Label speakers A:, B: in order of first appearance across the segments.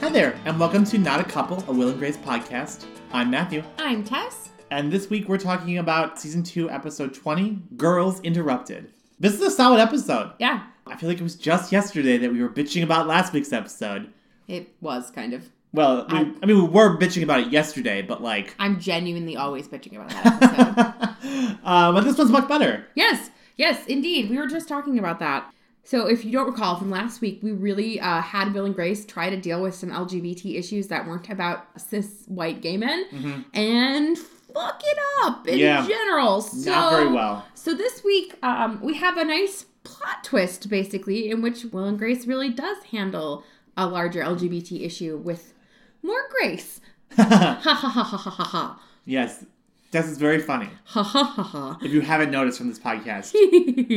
A: Hi there, and welcome to Not a Couple, a Will and Grace podcast. I'm Matthew,
B: I'm Tess.
A: and this week we're talking about season 2, episode 20 Girls Interrupted. This is a solid episode.
B: Yeah,
A: I feel like it was just yesterday that we were bitching about last week's episode.
B: it was kind of.
A: Well, we,
B: I-
A: I mean, we were bitching about it yesterday, but like.
B: I'm genuinely always bitching about that episode.
A: Uh, but this one's much better.
B: yes, yes, indeed. We were just talking about that. So, if you don't recall from last week, we really uh, had Will and Grace try to deal with some LGBT issues that weren't about cis white gay men and fuck it up in
A: Yeah.
B: general. So,
A: Not very well.
B: So, this week, um, we have a nice plot twist basically in which Will and Grace really does handle a larger LGBT issue with more grace. Ha ha ha ha ha ha ha.
A: yes, Tess is very funny.
B: Ha ha ha ha.
A: If you haven't noticed from this podcast,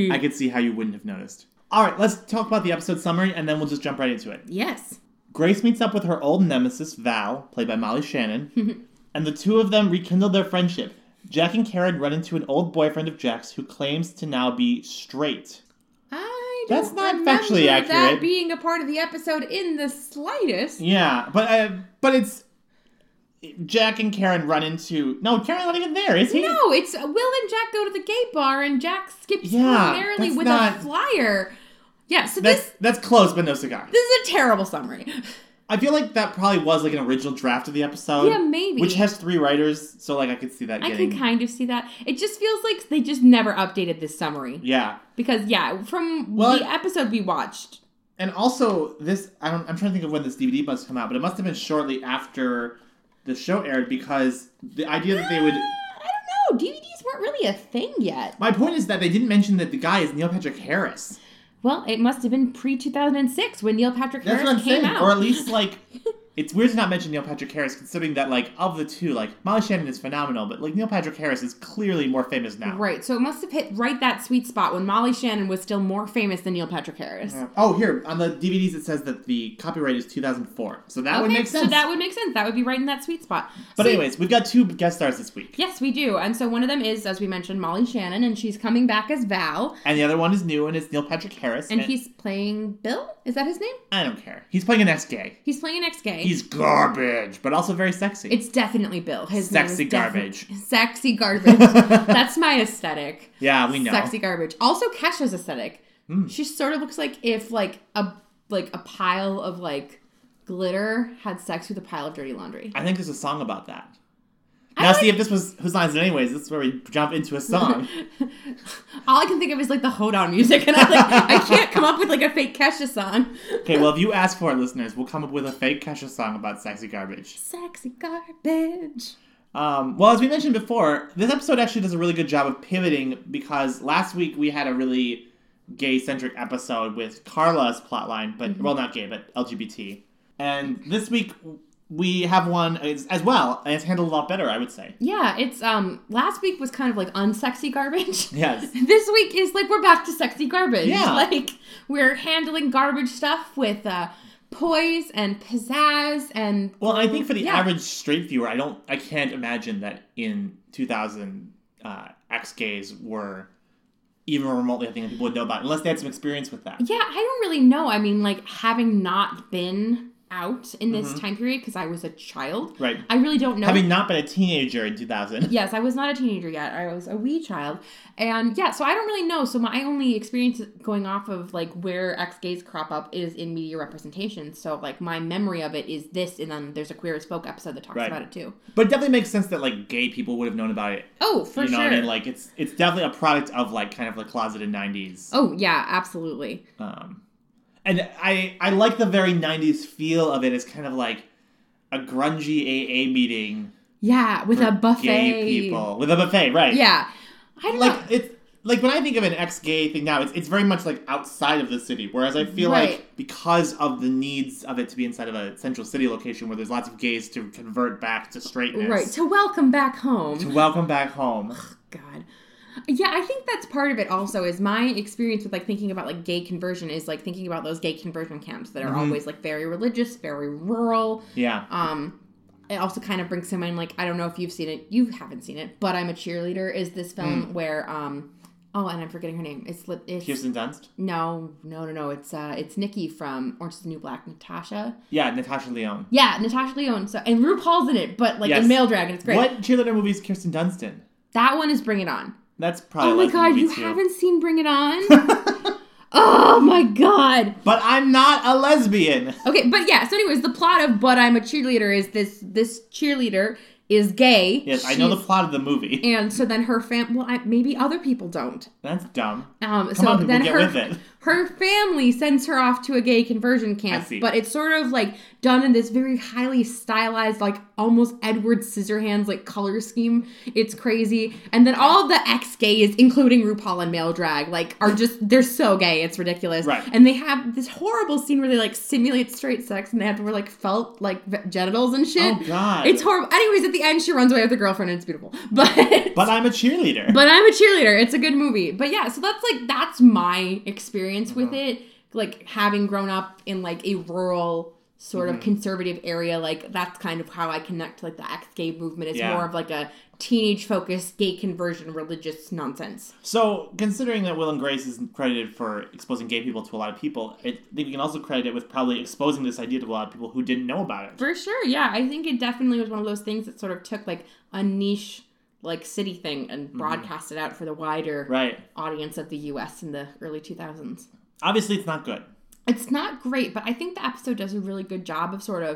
A: I could see how you wouldn't have noticed. All right, let's talk about the episode summary and then we'll just jump right into it.
B: yes.
A: Grace meets up with her old nemesis, Val, played by Molly Shannon, and the two of them rekindle their friendship. Jack and Karen run into an old boyfriend of Jack's who claims to now be straight.
B: I
A: That's
B: don't
A: not
B: remember
A: factually accurate.
B: That being a part of the episode in the slightest.
A: Yeah, but uh, but it's Jack and Karen run into no, Karen's not even there, is he?
B: No, it's uh, Will and Jack go to the gay bar, and Jack skips
A: Yeah,
B: primarily
A: that's
B: with
A: not-
B: a flyer. Yeah. So
A: That's
B: this
A: that's close, but no cigar.
B: this is a terrible summary.
A: I feel like that probably was like an original draft of the episode.
B: Yeah, maybe.
A: Which has three writers, so like I could see that
B: I
A: getting
B: can kind of see that. It just feels like they just never updated this summary
A: yeah.
B: because yeah, from
A: Well,
B: the episode we watched.
A: And also, this I don't, I'm trying to think of when this DVD must come out, but it must have been shortly after the show aired because the idea that they would.
B: Uh, I don't know. DVDs weren't really a thing yet.
A: My point is that they didn't mention that the guy is Neil Patrick Harris.
B: Well, it must have been pre 2006 when Neil Patrick
A: That's
B: Harris
A: what I'm
B: came
A: saying,
B: out.
A: or at least like. It's weird to not mention Neil Patrick Harris, considering that, like, of the two, like, Molly Shannon is phenomenal, but, like, Neil Patrick Harris is clearly more famous now.
B: Right, so it must have hit right that sweet spot when Molly Shannon was still more famous than Neil Patrick Harris.
A: Yeah. Oh, here, on the DVDs, it says that the copyright is 2004. So that would
B: Okay,
A: make sense.
B: So that would make sense. That would be right in that sweet spot.
A: but,
B: So-
A: anyways, we've got two guest stars this week.
B: Yes, we do. And so one of them is, as we mentioned, Molly Shannon, and she's coming back as Val,
A: And the other one is new, and it's Neil Patrick Harris.
B: and he's playing Bill? Is that his name?
A: I don't care. He's playing an ex gay.
B: He's playing an ex gay.
A: He's garbage, but also very sexy.
B: It's definitely Bill. His name is
A: Sexy
B: defi-
A: garbage.
B: sexy garbage. That's my aesthetic.
A: yeah, we know. Hmm.
B: Sexy garbage. Also Kesha's aesthetic. She sort of looks like if like a like a pile of like glitter had sex with a pile of dirty laundry.
A: I think there's a song about that.
B: I
A: now,
B: like-
A: see if this was whose lines it anyways. This is where we jump into a song.
B: All I can think of is like the hoedown music, and I like I can't come up with like a fake Kesha song.
A: okay, well, if you ask for it, listeners, we'll come up with a fake Kesha song about sexy garbage.
B: Sexy garbage.
A: Um, well, as we mentioned before, this episode actually does a really good job of pivoting because last week we had a really gay centric episode with Carla's plotline, but
B: Mm-hmm.
A: well, not gay, but LGBT. And this week we have one as, as well, and it's handled a lot better, I would say.
B: Yeah, it's um last week was kind of like unsexy garbage.
A: Yes.
B: This week is like we're back to sexy garbage.
A: Yeah.
B: Like we're handling garbage stuff with uh poise and pizzazz and
A: Well, I think for the
B: Yeah.
A: average straight viewer, I don't, I can't imagine that in 2000, uh, ex gays were even remotely a thing that people would know about, unless they had some experience with that.
B: Yeah, I don't really know. I mean, like having not been out in this time period because I was a child.
A: Right.
B: I really don't know.
A: Mm-hmm. Having not been a teenager in 2000.
B: yes, I was not a teenager yet. I was a wee child, and yeah, so I don't really know. So my only experience going off of like where ex gays crop up is in media representation. So like my memory of it is this, and then there's a queer as folk episode that talks
A: Right.
B: about it too.
A: But it definitely makes sense that like gay people would have known about it.
B: Oh, for
A: you know
B: sure.
A: what I mean? Like it's it's definitely a product of like kind of the closeted nineties.
B: oh yeah, absolutely.
A: Um and I I like the very nineties feel of it as kind of like a grungy AA meeting
B: Yeah, with
A: for
B: a buffet.
A: gay people. With a buffet, right.
B: Yeah, I don't know.
A: Like it's like when I think of an ex gay thing now, it's it's very much like outside of the city. Whereas I feel like
B: Right.
A: because of the needs of it to be inside of a central city location where there's lots of gays to convert back to straightness.
B: Right. To welcome back home.
A: to welcome back home.
B: God. Yeah, I think that's part of it also is my experience with like thinking about like gay conversion is like thinking about those gay conversion camps that are
A: Mm-hmm.
B: always like very religious, very rural.
A: Yeah.
B: Um it also kind of brings to
A: Mm.
B: mind like I don't know if you've seen it, you haven't seen it, but I'm a cheerleader is this film where um Oh, and I'm forgetting her name. It's Lit- it's
A: Kirsten Dunst.
B: no, no, no, no. It's uh, it's Nikki from Orange is the New Black. Natasha.
A: Yeah, Natasha Leone.
B: Yeah, Natasha Leone. So and RuPaul's in it, but like
A: Yes.
B: in Male Dragon, it's great.
A: What cheerleader movie is Kirsten Dunst in?
B: That one is Bring It On.
A: That's probably.
B: Oh my
A: Leslie
B: god,
A: movie
B: you
A: too.
B: haven't seen Bring It On? oh my god.
A: But I'm not a lesbian.
B: Okay, but yeah, so anyways, the plot of But I'm a Cheerleader is this this cheerleader is gay.
A: Yes, I know the
B: She's-
A: plot of the movie.
B: And so then her fam well I, maybe other people don't.
A: That's dumb.
B: Um
A: Come
B: so
A: on, people,
B: then
A: get
B: her
A: with it.
B: her family sends her off to a gay conversion camp,
A: I see.
B: but it's sort of like done in this very highly stylized, like almost Edward Scissorhands like color scheme. It's crazy, and then all the ex gays, including RuPaul and male drag, like are just they're so gay, it's ridiculous.
A: Right.
B: And they have this horrible scene where they like simulate straight sex, and they have to wear like felt like v- genitals and shit.
A: Oh god.
B: It's horrible. Anyways, at the end, she runs away with her girlfriend, and it's beautiful. But
A: But I'm a cheerleader.
B: but I'm a cheerleader. It's a good movie. But yeah, so that's like that's my experience
A: Uh-huh.
B: with it. Like having grown up in like a rural sort
A: Mm-hmm.
B: of conservative area, like that's kind of how I connect to like the ex gay movement. It's
A: Yeah.
B: more of like a teenage focused gay conversion religious nonsense.
A: So, considering that Will and Grace is credited for exposing gay people to a lot of people, I think we can also credit it with probably exposing this idea to a lot of people who didn't know about it.
B: For sure, yeah. I think it definitely was one of those things that sort of took like a niche like city thing and broadcast it out for the wider
A: Mm-hmm. Right.
B: audience of the US in the early two thousands.
A: Obviously, it's not good.
B: it's not great, but I think the episode does a really good job of sort of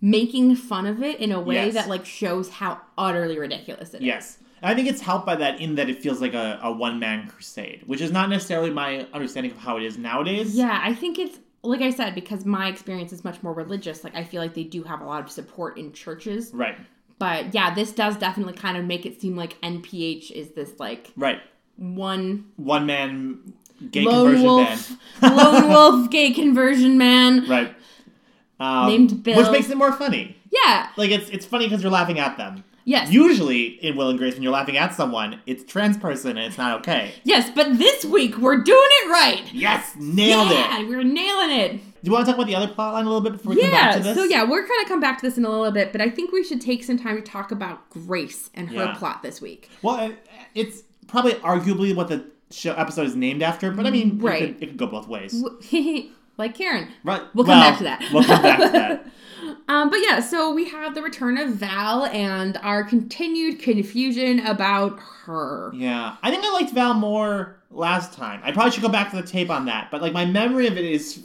B: making fun of it in a way
A: Yes.
B: that like shows how utterly ridiculous it is.
A: Yes. And I think it's helped by that in that it feels like a, a one man crusade, which is not necessarily my understanding of how it is nowadays.
B: Yeah, I think it's like I said because my experience is much more religious. Like I feel like they do have a lot of support in churches,
A: Right.
B: but yeah, this does definitely kind of make it seem like NPH is this like
A: Right.
B: one
A: One man gay
B: lone
A: conversion
B: wolf,
A: man.
B: lone wolf gay conversion man.
A: Right. Um,
B: Named Bill.
A: Which makes it more funny.
B: Yeah.
A: Like, it's, it's funny because you're laughing at them.
B: Yes.
A: Usually, in Will and Grace, when you're laughing at someone, it's trans person and it's not okay.
B: yes, but this week we're doing it right.
A: Yes, nailed
B: yeah,
A: it.
B: we're nailing it.
A: Do you want to talk about the other plot line a little bit before we come back to
B: Yeah,
A: this?
B: so yeah, we're gonna come back to this in a little bit, but I think we should take some time to talk about Grace and her
A: Yeah.
B: plot this week.
A: Well, I- it's probably arguably what the show episode is named after, but I mean,
B: Right.
A: it, could, it could go both ways.
B: like Karen.
A: right.
B: We'll come
A: well,
B: back to that.
A: We'll come back to that.
B: Um, but yeah, so we have the return of Val and our continued confusion about her.
A: Yeah, I think I liked Val more last time. I probably should go back to the tape on that, but like my memory of it is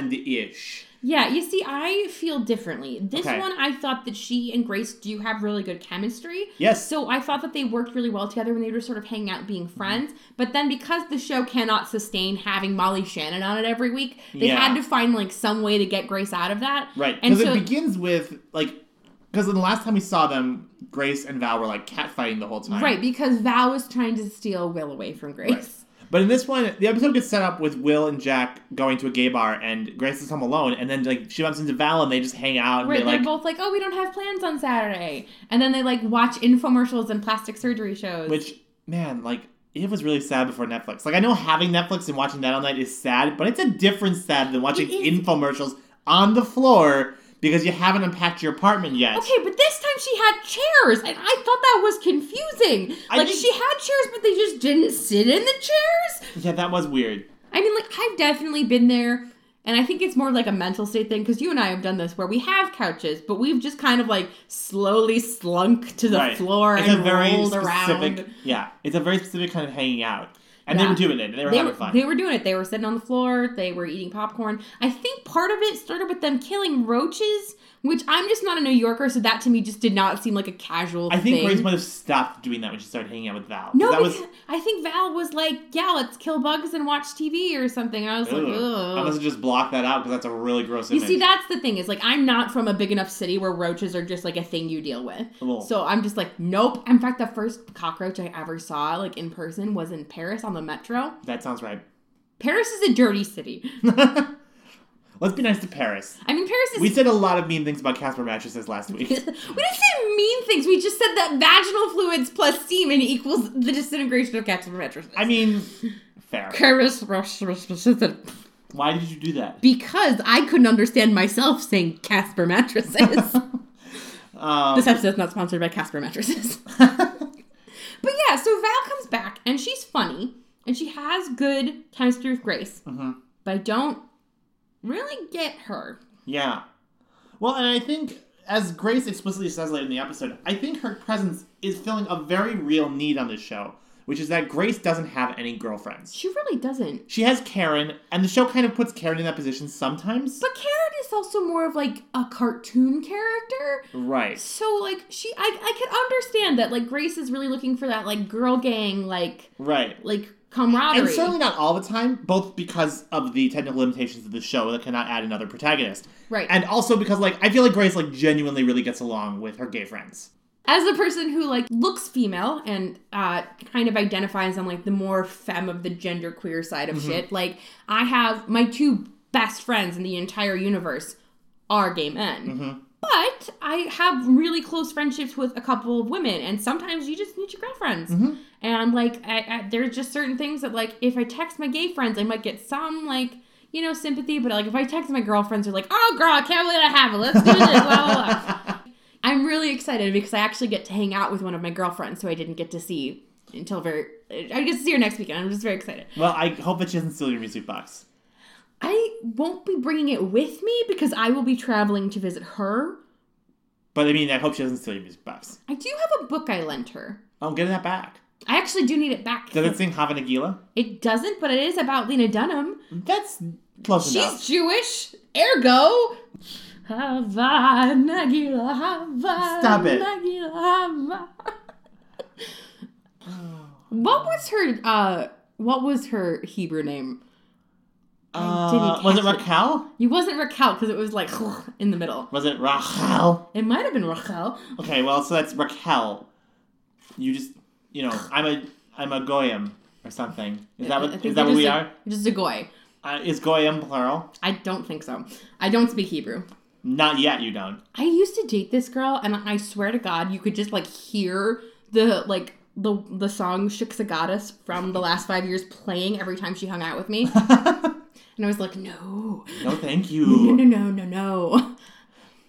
A: fond-ish.
B: Yeah, you see, I feel differently. This
A: Okay.
B: one, I thought that she and Grace do have really good chemistry.
A: Yes.
B: So I thought that they worked really well together when they were sort of hanging out, being friends.
A: Mm-hmm.
B: But then because the show cannot sustain having Molly Shannon on it every week, they
A: Yeah.
B: had to find like some way to get Grace out of that.
A: Right,
B: And
A: because
B: so
A: it begins with like, because the last time we saw them, Grace and Val were like catfighting the whole time.
B: right because Val was trying to steal Will away from Grace.
A: But in this one, the episode gets set up with Will and Jack going to a gay bar, and Grace is home alone, and then like she bumps into Val, and they just hang out, and
B: Right,
A: they
B: they're
A: like,
B: both like, "Oh, we don't have plans on Saturday," and then they like watch infomercials and plastic surgery shows.
A: which man, like it was really sad before Netflix. Like I know having Netflix and watching that all night is sad, but it's a different sad than watching
B: It is.
A: infomercials on the floor because you haven't unpacked your apartment yet.
B: Okay, but this time she had chairs, and I thought that was confusing.
A: I
B: Like
A: think-
B: she had chairs, but they just didn't sit in the chairs.
A: Yeah, that was weird.
B: I mean, like, I've definitely been there, and I think it's more like a mental state thing because you and I have done this where we have couches, but we've just kind of like slowly slunk to the
A: Right.
B: floor
A: It's
B: and
A: a very
B: rolled
A: specific,
B: around.
A: yeah. It's a very specific kind of hanging out, and
B: Yeah.
A: they were doing it. and They were
B: They
A: having
B: were,
A: fun.
B: they were doing it. They were sitting on the floor. They were eating popcorn. I think part of it started with them killing roaches, which I'm just not a New Yorker, so that to me just did not seem like a casual
A: I think
B: thing.
A: Grace might have stopped doing that when she started hanging out with Val. 'cause
B: no,
A: that was
B: because I think Val was like, "Yeah, let's kill bugs and watch TV or something." I was
A: Ugh.
B: like,
A: I
B: "Ugh."
A: must have just blocked that out because that's a really gross
B: You
A: image.
B: see, that's the thing is like I'm not from a big enough city where roaches are just like a thing you deal with.
A: Cool.
B: So I'm just like, nope. In fact, the first cockroach I ever saw like in person was in Paris on the metro.
A: That sounds right.
B: Paris is a dirty city.
A: Let's be nice to Paris.
B: I mean, Paris is.
A: We
B: We,
A: said a lot of mean things about Casper mattresses last week.
B: didn't say mean things. We just said that vaginal fluids plus semen equals the disintegration of capsule mattresses.
A: I mean, fair.
B: Paris,
A: Why did you do that?
B: because I couldn't understand myself saying Casper mattresses.
A: Um,
B: This episode's not sponsored by Casper Mattresses. but yeah, so Val comes back and she's funny, And she has good chemistry with Grace,
A: hmm
B: but I don't really get her.
A: Yeah. Well, and I think, as Grace explicitly says later in the episode, I think her presence is filling a very real need on this show, which is that Grace doesn't have any girlfriends.
B: She really doesn't.
A: She has Karen, and the show kind of puts Karen in that position sometimes.
B: But Karen is also more of like a cartoon character.
A: right.
B: So like she I I can understand that like Grace is really looking for that like girl gang like
A: Right.
B: like
A: And
B: camaraderie.
A: certainly not all the time, both because of the technical limitations of the show that cannot add another protagonist.
B: right.
A: And also because like I feel like Grace like genuinely really gets along with her gay friends.
B: As a person who like looks female and uh kind of identifies on like the more femme of the genderqueer side of shit, like I have my two best friends in the entire universe are gay men.
A: Mhm.
B: But I have really close friendships with a couple of women, and sometimes you just need your girlfriends.
A: Mhm.
B: And like, I, I, there's just certain things that like, if I text my gay friends, I might get some like, you know, sympathy. But like, if I text my girlfriends, they're like, "Oh, girl, I can't believe I have it. Let's do this." blah, blah, blah. I'm really excited because I actually get to hang out with one of my girlfriends who I didn't get to see until very. I get to see her next weekend. I'm just very excited.
A: well, I hope that she doesn't steal your music box.
B: I won't be bringing it with me because I will be traveling to visit her.
A: But I mean, I hope she doesn't steal your music box.
B: I do have a book I lent her.
A: Oh, get that back.
B: I actually do need it back.
A: Does it sing Hava Nagila?
B: It doesn't, but it is about Lena Dunham.
A: That's close enough.
B: She's Jewish, ergo. Hava Nagila, Hava
A: Stop it.
B: Nagila, Hava. What was her? Uh, what was her Hebrew name?
A: Uh,
B: didn't
A: was it
B: catch it.
A: Raquel?
B: It wasn't Raquel because it was like in the middle.
A: Was it Rachel?
B: It might have been Raquel.
A: Okay, well, so that's Raquel. You just, you know, I'm a, I'm a goyim or something. Is that
B: I
A: what,
B: think
A: is that
B: we're
A: what we
B: just a-
A: are?
B: Just a goy.
A: Uh, is goyim plural?
B: I don't think so. I don't speak Hebrew.
A: Not yet. You don't.
B: I used to date this girl, and I swear to God, you could just like hear the like the the song "Shooks a Goddess" from the last five years playing every time she hung out with me,
A: no,
B: and I was like, no,
A: thank
B: no,
A: you.
B: no, no, no, no.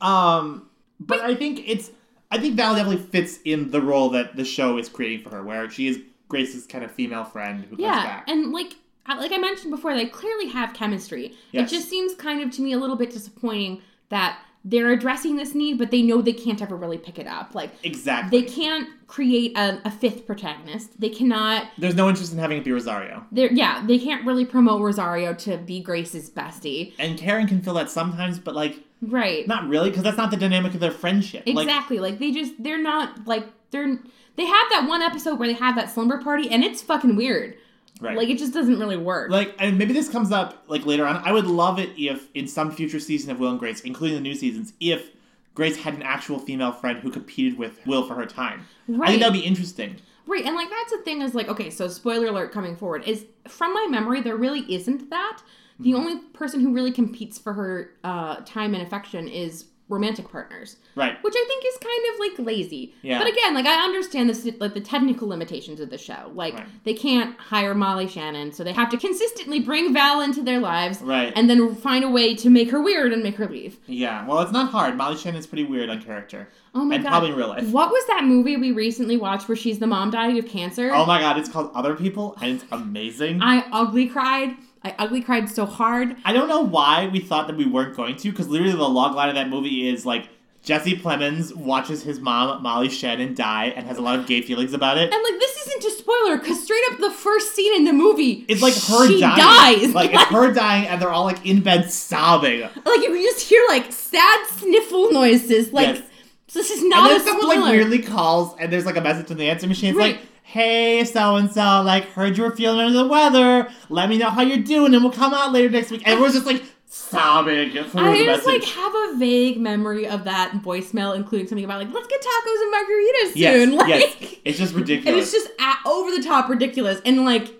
A: Um, but I think it's I think Val definitely fits in the role that the show is creating for her, where she is Grace's kind of female friend who comes
B: Yeah,
A: back.
B: and like I- like I mentioned before, they clearly have chemistry.
A: Yes.
B: It just seems kind of to me a little bit disappointing that they're addressing this need, but they know they can't ever really pick it up. Like
A: exactly.
B: they can't create a, a fifth protagonist. They cannot
A: There's no interest in having it be Rosario,
B: They're, yeah, they can't really promote Rosario to be Grace's bestie.
A: and Karen can fill that sometimes, but like
B: Right.
A: not really, because that's not the dynamic of their friendship. Like,
B: exactly. Like, they just they're not like they're they have that one episode where they have that slumber party and it's fucking weird.
A: right.
B: Like it just doesn't really work.
A: Like, and maybe this comes up like later on. I would love it if in some future season of Will and Grace, including the new seasons, if Grace had an actual female friend who competed with Will for her time. I
B: right.
A: think that would be interesting.
B: right. And like that's the thing is like okay, so spoiler alert coming forward is from my memory there really isn't that. The
A: Mm-hmm.
B: only person who really competes for her uh, time and affection is romantic partners.
A: Right.
B: which I think is kind of like lazy.
A: Yeah.
B: But again, like I understand this, like the technical limitations of the show. Like
A: Right.
B: they can't hire Molly Shannon, so they have to consistently bring Val into their lives,
A: Right.
B: and then find a way to make her weird and make her leave.
A: Yeah, well, it's not hard. Molly Shannon's pretty weird on character,
B: Oh my
A: and
B: god!
A: probably in real life.
B: What was that movie we recently watched where she's the mom dying of cancer?
A: Oh my god, it's called Other People, and it's amazing. I,
B: I ugly cried. I ugly cried so hard.
A: don't know why we thought that we weren't going to, because literally the log line of that movie is like Jesse Plemons watches his mom Molly Shannon die and has a lot of gay feelings about it.
B: And like this isn't a spoiler because straight up the first scene in the movie,
A: It's like her
B: she
A: dying.
B: dies.
A: Like it's her dying, and they're all like in bed sobbing.
B: Like you just hear like sad sniffle noises. Like
A: Yes.
B: so this is
A: and
B: not
A: then
B: a
A: someone
B: spoiler.
A: like weirdly calls, and there's like a message on the answer machine. It's like,
B: Right.
A: "Hey, so and so, like heard you were feeling under the weather. Let me know how you're doing, and we'll come out later next week." And everyone's just like sobbing for
B: I
A: the message.
B: just like have a vague memory of that voicemail, including something about like let's get tacos and margaritas soon.
A: yes,
B: like,
A: yes, it's just
B: and
A: ridiculous.
B: it's just at, over the top ridiculous and like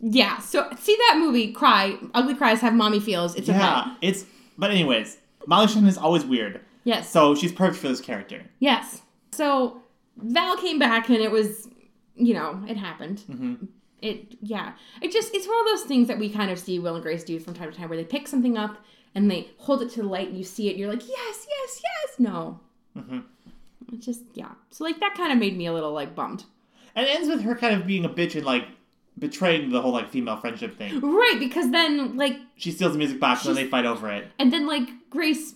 B: yeah. So see that movie, cry, ugly cries have mommy feels. It's
A: yeah,
B: okay.
A: it's. But anyways, Molly Shannon is always weird,
B: Yes,
A: so she's perfect for this character.
B: yes. So Val came back and it was, you know, it happened.
A: hmm
B: it yeah it just it's one of those things that we kind of see will and grace do from time to time where they pick something up and they hold it to the light and you see it and you're like yes yes yes no Mm-hmm.
A: Mhm.
B: it's just yeah so like that kind of made me a little like bummed
A: And it ends with her kind of being a bitch and like betraying the whole like female friendship thing.
B: Right, because then like
A: She steals the music box and then
B: She's-
A: they fight over it.
B: and then like Grace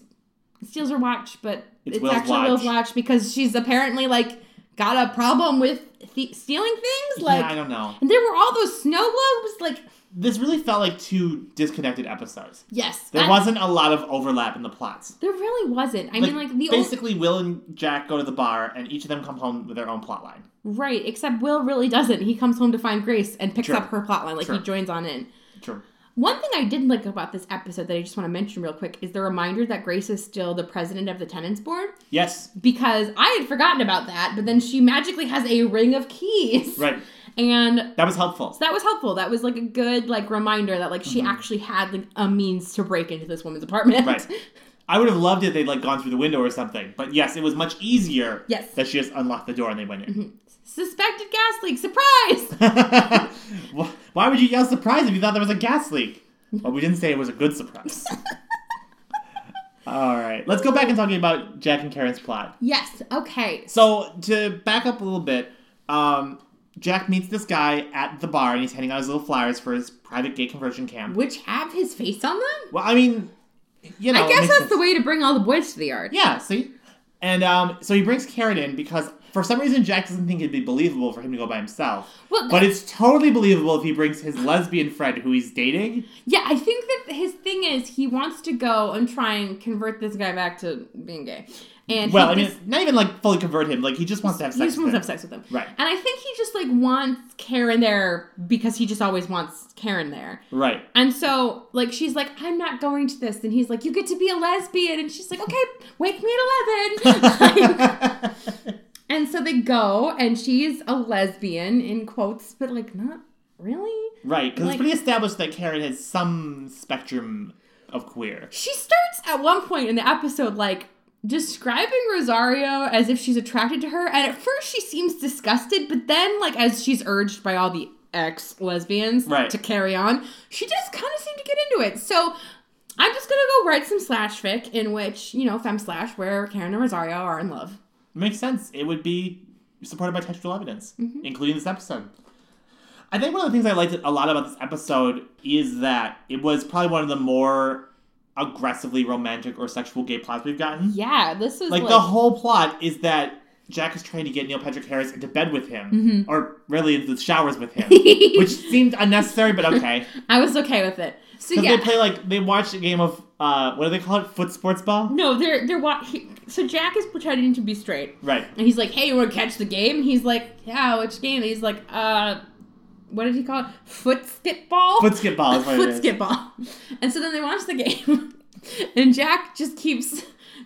B: steals her watch, but
A: It's
B: it's,
A: Will's
B: actually
A: watch.
B: Will's watch because she's apparently like got a problem with th- stealing things. Like,
A: yeah, I don't know.
B: and there were all those snow globes. Like,
A: This really felt like two disconnected episodes.
B: yes,
A: There
B: I-
A: wasn't a lot of overlap in the plots.
B: There really wasn't. I mean, like the old
A: basically, Will and Jack go to the bar, and each of them come home with their own plot line.
B: right, except Will really doesn't. He comes home to find Grace and picks
A: True.
B: up her plotline. Like
A: True.
B: he joins on in.
A: True.
B: One thing I did like about this episode that I just want to mention real quick is the reminder that Grace is still the president of the tenants board
A: Yes.
B: because I had forgotten about that, but then she magically has a ring of keys.
A: Right.
B: And
A: That was helpful.
B: so that was helpful. That was like a good like reminder that like
A: Mm-hmm.
B: she actually had like a means to break into this woman's apartment.
A: Right. I would have loved it if they'd like gone through the window or something. But yes, it was much easier
B: Yes.
A: that she just unlocked the door and they went in.
B: Suspected gas leak. Surprise! Mm-hmm.
A: Wh- Why would you yell surprise if you thought there was a gas leak? Well, we didn't say it was a good surprise. All right, let's go back and talking about Jack and Karen's plot.
B: yes. Okay.
A: So to back up a little bit, um, Jack meets this guy at the bar and he's handing out his little flyers for his private gay conversion camp.
B: Which have his face on them?
A: Well, I mean, you know,
B: I
A: Oh, it
B: guess
A: makes
B: that's
A: sense.
B: the way to bring all the boys to the yard.
A: Yeah, see? And um, so he brings Karen in because for some reason Jack doesn't think it'd be believable for him to go by himself.
B: Well,
A: but it's totally believable if he brings his lesbian friend who he's dating.
B: Yeah, I think that his thing is he wants to go and try and convert this guy back to being gay. And
A: Well,
B: he
A: I mean,
B: just-
A: not even like fully convert him. Like he just wants to have
B: he
A: sex.
B: just
A: with
B: wants to
A: him.
B: have sex with him.
A: Right.
B: And I think he just like wants Karen there because he just always wants Karen there.
A: Right.
B: And so, like, she's like, I'm not going to this. And he's like, You get to be a lesbian. And she's like, Okay, wake me at 11. and so they go, and she's a lesbian in quotes, but like, not really.
A: right, because it's
B: Like-
A: pretty established that Karen has some spectrum of queer.
B: She starts at one point in the episode, like, describing Rosario as if she's attracted to her. And at first, she seems disgusted, but then, like, as she's urged by all the ex lesbians
A: Right.
B: to carry on, she just kind of seemed to get into it. So. I'm just gonna go write some slash fic in which, you know, femme slash, where Karen and Rosario are in love.
A: Makes sense. It would be supported by textual evidence,
B: Mm-hmm.
A: including this episode. I think one of the things I liked a lot about this episode is that it was probably one of the more aggressively romantic or sexual gay plots we've gotten.
B: Yeah, this was
A: Like,
B: like,
A: the whole plot is that Jack is trying to get Neil Patrick Harris into bed with him,
B: Mm-hmm.
A: or really into the showers with him, which seemed unnecessary, but okay.
B: I was okay with it. So
A: Because
B: yeah,
A: they play like they watch a game of uh, what do they call it? Foot sports ball,
B: no, they're they're wa- he, so Jack is pretending to be straight,
A: right?
B: And he's like, hey, you want to catch the game? And he's like, yeah, which game? And he's like, uh, what did he call it? Foot skip ball?
A: Foot oh skip ball is what it
B: Foot
A: is.
B: skip ball. And so then they watch the game. And Jack just keeps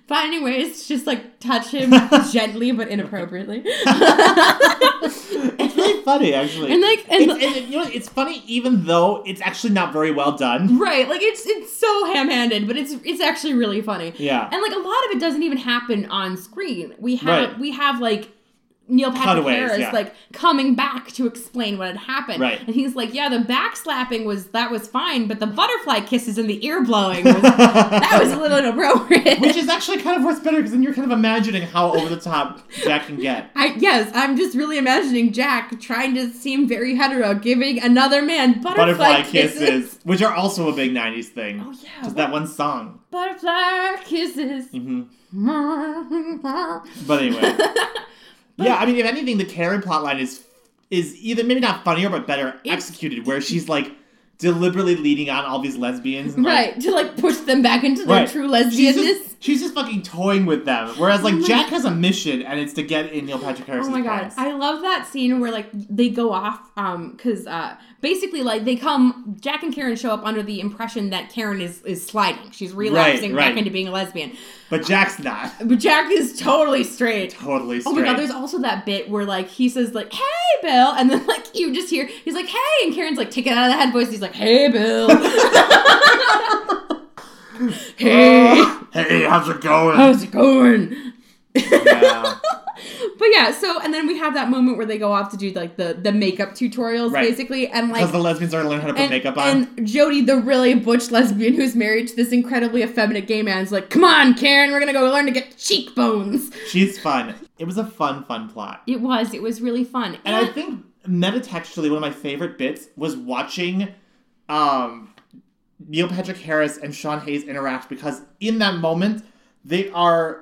B: finding ways to just like touch him gently but inappropriately.
A: It's really funny, actually.
B: And, like, and-
A: it's, and, you know, it's funny even though it's actually not very well done.
B: right, like it's it's so ham-handed, but it's it's actually really funny.
A: Yeah.
B: And like a lot of it doesn't even happen on screen. We have
A: Right.
B: we have like Neil Patrick
A: Cutaways,
B: Harris
A: yeah.
B: like coming back to explain what had happened.
A: Right.
B: And he's like, Yeah, the back slapping was that was fine, but the butterfly kisses and the ear blowing was that was a little inappropriate.
A: Which is actually kind of works better because then you're kind of imagining how over the top Jack can get.
B: I, yes, I'm just really imagining Jack trying to seem very hetero, giving another man butterfly,
A: Butterfly
B: kisses.
A: kisses, which are also a big '90s thing.
B: Oh, yeah,
A: just that one song.
B: Butterfly kisses.
A: Mm-hmm. But anyway, yeah. I mean, if anything, the Karen plotline is is either maybe not funnier but better executed, where she's like deliberately leading on all these lesbians. And, like,
B: right, to like push them back into their
A: Right.
B: true
A: She's
B: lesbianness.
A: just, she's just fucking toying with them. Whereas, like,
B: Oh my-
A: Jack has a mission, and it's to get in Neil Patrick Harris.
B: Oh my god, I love that scene where like they go off um cuz uh basically like they come Jack and Karen show up under the impression that Karen is is sliding. She's relapsing
A: right.
B: back into being a lesbian.
A: But Jack's not.
B: But Jack is totally straight.
A: Totally straight.
B: Oh my god, there's also that bit where like he says like, "Hey, Bill," and then like you just hear he's like, "Hey," and Karen's like, "Take it out of the head voice." He's like, "Hey, Bill." hey,
A: Oh, hey, how's it going?
B: how's it going?
A: yeah.
B: But yeah, so and then we have that moment where they go off to do like the the makeup tutorials
A: Right.
B: basically, and like
A: Because the lesbians are learning how to put
B: and,
A: makeup on.
B: and Jody, the really butch lesbian who's married to this incredibly effeminate gay man, is like, "Come on, Karen, we're gonna go learn to get cheekbones."
A: She's fun. It was a fun, fun plot.
B: It was, it was really fun.
A: And I think metatextually one of my favorite bits was watching um Neil Patrick Harris and Sean Hayes interact because in that moment they are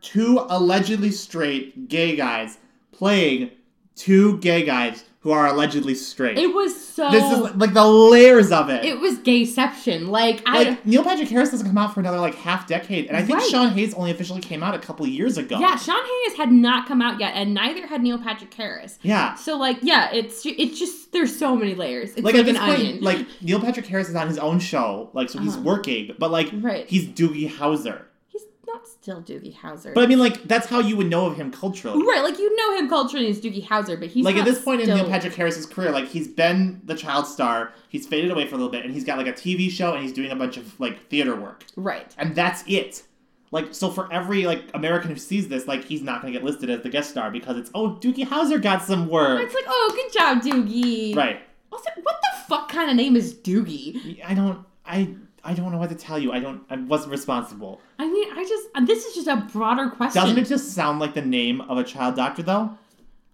A: two allegedly straight gay guys playing two gay guys who are allegedly straight.
B: It was so.
A: this is like the layers of it.
B: it was gayception. Like I.
A: like Neil Patrick Harris doesn't come out for another like half decade, and I think
B: Right.
A: Sean Hayes only officially came out a couple years ago.
B: yeah, Sean Hayes had not come out yet, and neither had Neil Patrick Harris.
A: yeah.
B: So like, yeah, it's it's just there's so many layers. It's
A: Like,
B: like,
A: at
B: an
A: this point,
B: onion.
A: like Neil Patrick Harris is on his own show, like so he's
B: Uh-huh.
A: working, but like
B: Right.
A: he's Doogie Howser.
B: he's not still Doogie Howser.
A: But I mean, like that's how you would know of him culturally.
B: right, like you know him culturally as Doogie Howser, but he's
A: like at
B: not
A: this point in
B: still-
A: Neil Patrick Harris's career, like he's been the child star, he's faded away for a little bit, and he's got like a TV show and he's doing a bunch of like theater work,
B: Right.
A: and that's it. Like so, for every like American who sees this, like he's not gonna get listed as the guest star because it's oh Doogie Howser got some work,
B: It's like, oh, good job, Doogie.
A: right?
B: Also, what the fuck kind of name is Doogie?
A: I don't, I, I don't know what to tell you. I don't, I wasn't responsible.
B: I mean, I just this is just a broader question.
A: Doesn't it just sound like the name of a child doctor though?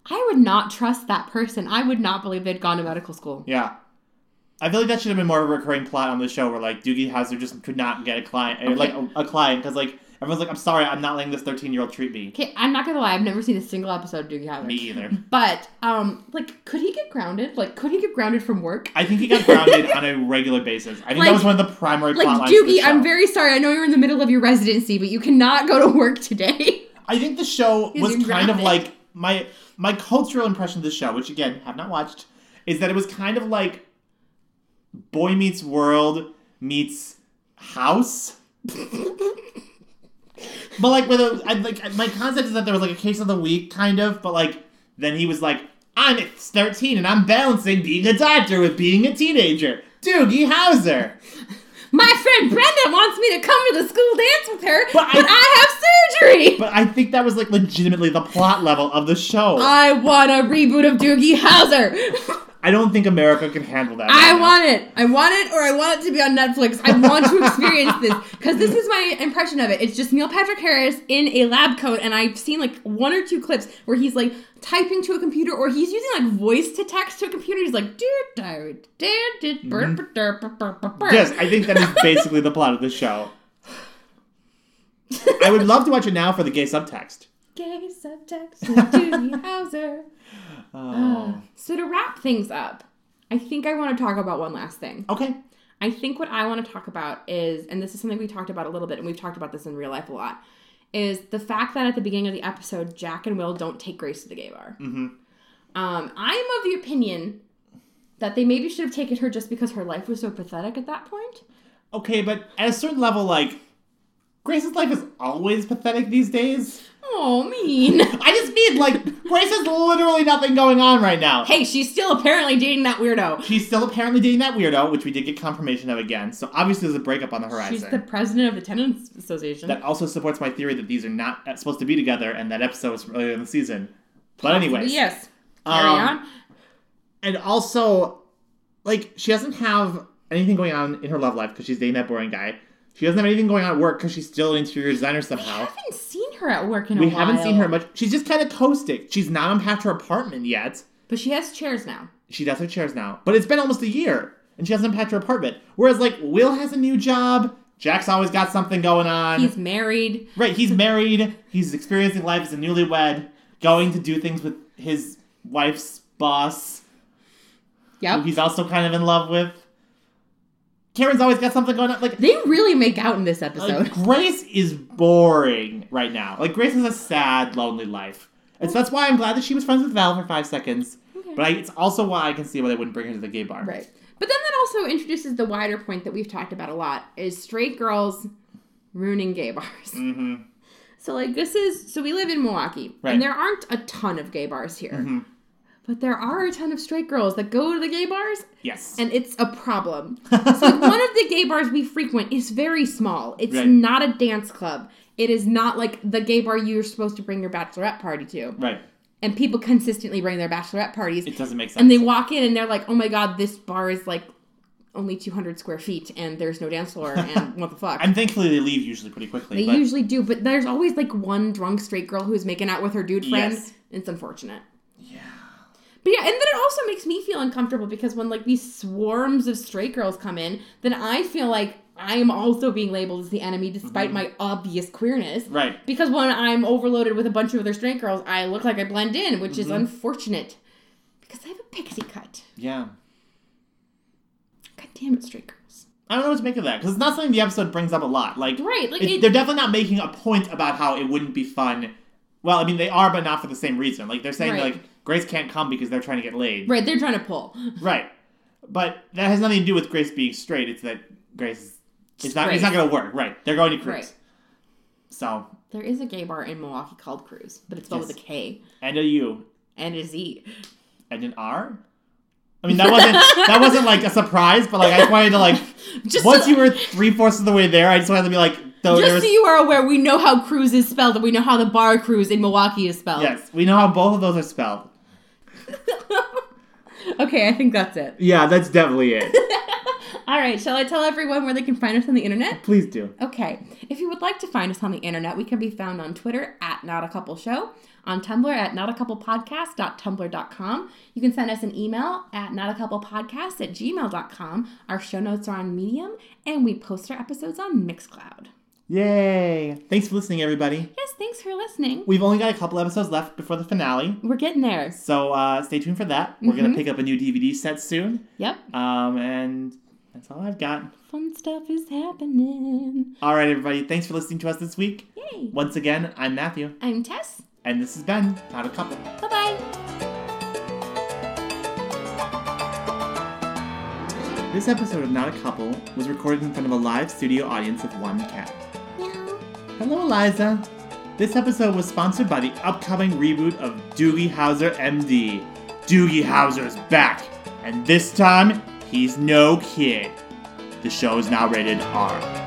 B: I would not trust that person. I would not believe they'd gone to medical school.
A: Yeah. I feel like that should have been more of a recurring plot on the show where like Doogie Howser just could not get a client, or, like a, a client, because like everyone's like, "I'm sorry, I'm not letting this 13 year old treat me."
B: Okay, I'm not gonna lie. I've never seen a single episode of Doogie Howser.
A: Me either.
B: But um, like, could he get grounded? Like, could he get grounded from work?
A: I think he got grounded on a regular basis. I think that
B: Like-
A: was one of the primary
B: Like,
A: plot lines. of the
B: Doogie,
A: show.
B: I'm very sorry. I know you're in the middle of your residency, but you cannot go to work today.
A: I think the show
B: Is
A: was
B: he
A: kind of
B: grounded?
A: like my my cultural impression of the show, which again have not watched, is that it was kind of like Boy Meets World meets House. but like with a I, like my concept is that there was like a case of the week kind of, but like then he was like I'm at 13 and I'm balancing being a doctor with being a teenager. Doogie Howser.
B: My friend Brenda wants me to come to the school dance with her,
A: But
B: but,
A: I-
B: I, have surgery.
A: But I think that was like legitimately the plot level of the show.
B: I want a reboot of Doogie Howser.
A: I don't think America can handle that. right
B: I
A: now.
B: want it. I want it, or I want it to be on Netflix. I want to experience this because this is my impression of it. It's just Neil Patrick Harris in a lab coat, and I've seen like one or two clips where he's like typing to a computer, or he's using like voice to text to a computer. He's like, "Dear diary, dear, dear, burp, burp, burp, burp, burp, burp, burp."
A: Yes, I think that is basically the plot of the show. I would love to watch it now for the gay subtext.
B: Gay subtext to Doogie Howser.
A: Oh.
B: So to wrap things up, I think I want to talk about one last thing.
A: Okay.
B: I think what I want to talk about is, and this is something we talked about a little bit, and we've talked about this in real life a lot, is the fact that at the beginning of the episode, Jack and Will don't take Grace to the gay bar.
A: Mm-hmm.
B: Um, I'm of the opinion that they maybe should have taken her just because her life was so pathetic at that point.
A: Okay, but at a certain level, like, Grace's life is always pathetic these days.
B: Oh, mean.
A: I just mean, like, Grace has literally nothing going on right now.
B: hey, she's still apparently dating that weirdo.
A: She's still apparently dating that weirdo, which we did get confirmation of again, so obviously there's a breakup on the horizon.
B: She's the president of the tenants association.
A: That also supports my theory that these are not supposed to be together and that episode was earlier in the season. But, anyways.
B: yes. Carry
A: Um,
B: on.
A: and also like she doesn't have anything going on in her love life because she's dating that boring guy she doesn't have anything going on at work because she's still an interior designer
B: We
A: somehow
B: haven't seen her at work in a
A: we
B: while.
A: haven't seen her much she's just kind of coasting she's not unpacked her apartment yet
B: But she has chairs now.
A: she does her chairs now but it's been almost a year and she hasn't unpacked her apartment whereas like will has a new job jack's always got something going on
B: He's married.
A: right he's married he's experiencing life as a newlywed going to do things with his wife's boss who
B: Yep.
A: he's also kind of in love with. Karen's always got something going on. Like,
B: They really make out in this
A: like,
B: episode.
A: Grace is boring right now. Like Grace has a sad, lonely life. And so that's why I'm glad that she was friends with Val for five seconds.
B: Okay.
A: But I, it's also why I can see why they wouldn't bring her to the gay bar.
B: Right. But then that also introduces the wider point that we've talked about a lot is straight girls ruining gay bars.
A: Mm-hmm.
B: So like this is so we live in Milwaukee
A: Right.
B: and there aren't a ton of gay bars here.
A: Mhm.
B: But there are a ton of straight girls that go to the gay bars
A: Yes.
B: and it's a problem. so like, one of the gay bars we frequent is very small. It's
A: Right.
B: not a dance club. It is not like the gay bar you're supposed to bring your bachelorette party to.
A: right.
B: And people consistently bring their bachelorette parties.
A: It doesn't make sense.
B: and they walk in and they're like, "Oh my god, this bar is like only 200 square feet and there's no dance floor and what the fuck."
A: and thankfully they leave usually pretty quickly.
B: they
A: but
B: usually do, but there's always like one drunk straight girl who's making out with her dude friend.
A: Yes.
B: It's unfortunate.
A: yeah.
B: But yeah, and then it also makes me feel uncomfortable because when like these swarms of straight girls come in, then I feel like I am also being labeled as the enemy despite my obvious queerness.
A: Right.
B: Because when I'm overloaded with a bunch of other straight girls, I look like I blend in, which
A: Mm-hmm.
B: is unfortunate because I have a pixie cut.
A: Yeah.
B: God damn it, straight girls.
A: I don't know what to make of that because it's not something the episode brings up a lot. Like,
B: Right, like
A: it-
B: it-
A: they're definitely not making a point about how it wouldn't be fun. Well, I mean, they are, but not for the same reason. Like, they're saying
B: Right.
A: like Grace can't come because they're trying to get laid.
B: Right, they're trying to pull.
A: Right. But that has nothing to do with Grace being straight. It's that Grace is it's not it's not
B: Straight.
A: gonna work. Right. They're going to cruise.
B: Right.
A: So
B: There is a gay bar in Milwaukee called Cruise, but it's spelled
A: Yes.
B: with a K
A: and a U
B: and a Z.
A: and an R? I mean that wasn't that wasn't like a surprise, but like I just wanted to like
B: Just
A: once
B: so-
A: you were three fourths of the way there, I just wanted to be like though
B: Just
A: there was
B: so you are aware, we know how Cruise is spelled, and we know how the bar Cruise in Milwaukee is spelled.
A: Yes, we know how both of those are spelled.
B: Okay, I think that's it.
A: Yeah, that's definitely it.
B: All right, shall I tell everyone where they can find us on the internet?
A: Please do.
B: Okay, if you would like to find us on the internet, we can be found on Twitter at Not a Couple Show, on Tumblr at notacouplepodcast.tumblr.com. You can send us an email at notacouplepodcast at gmail.com. Our show notes are on Medium, and we post our episodes on Mixcloud.
A: Yay. Thanks for listening, everybody.
B: Yes, thanks for listening.
A: We've only got a couple episodes left before the finale.
B: We're getting there.
A: So uh, stay tuned for that. We're gonna pick up a new DVD set soon.
B: Yep,
A: Um, and that's all I've got.
B: fun stuff is happening.
A: All right, everybody. Thanks for listening to us this week.
B: Yay!
A: Once again, I'm Matthew,
B: I'm Tess.
A: and this has been Not a Couple.
B: Bye bye.
A: This episode of Not a Couple was recorded in front of a live studio audience of one cat. Hello, Eliza. This episode was sponsored by the upcoming reboot of Doogie Howser MD. Doogie Howser's back, and this time he's no kid. The show is now rated R.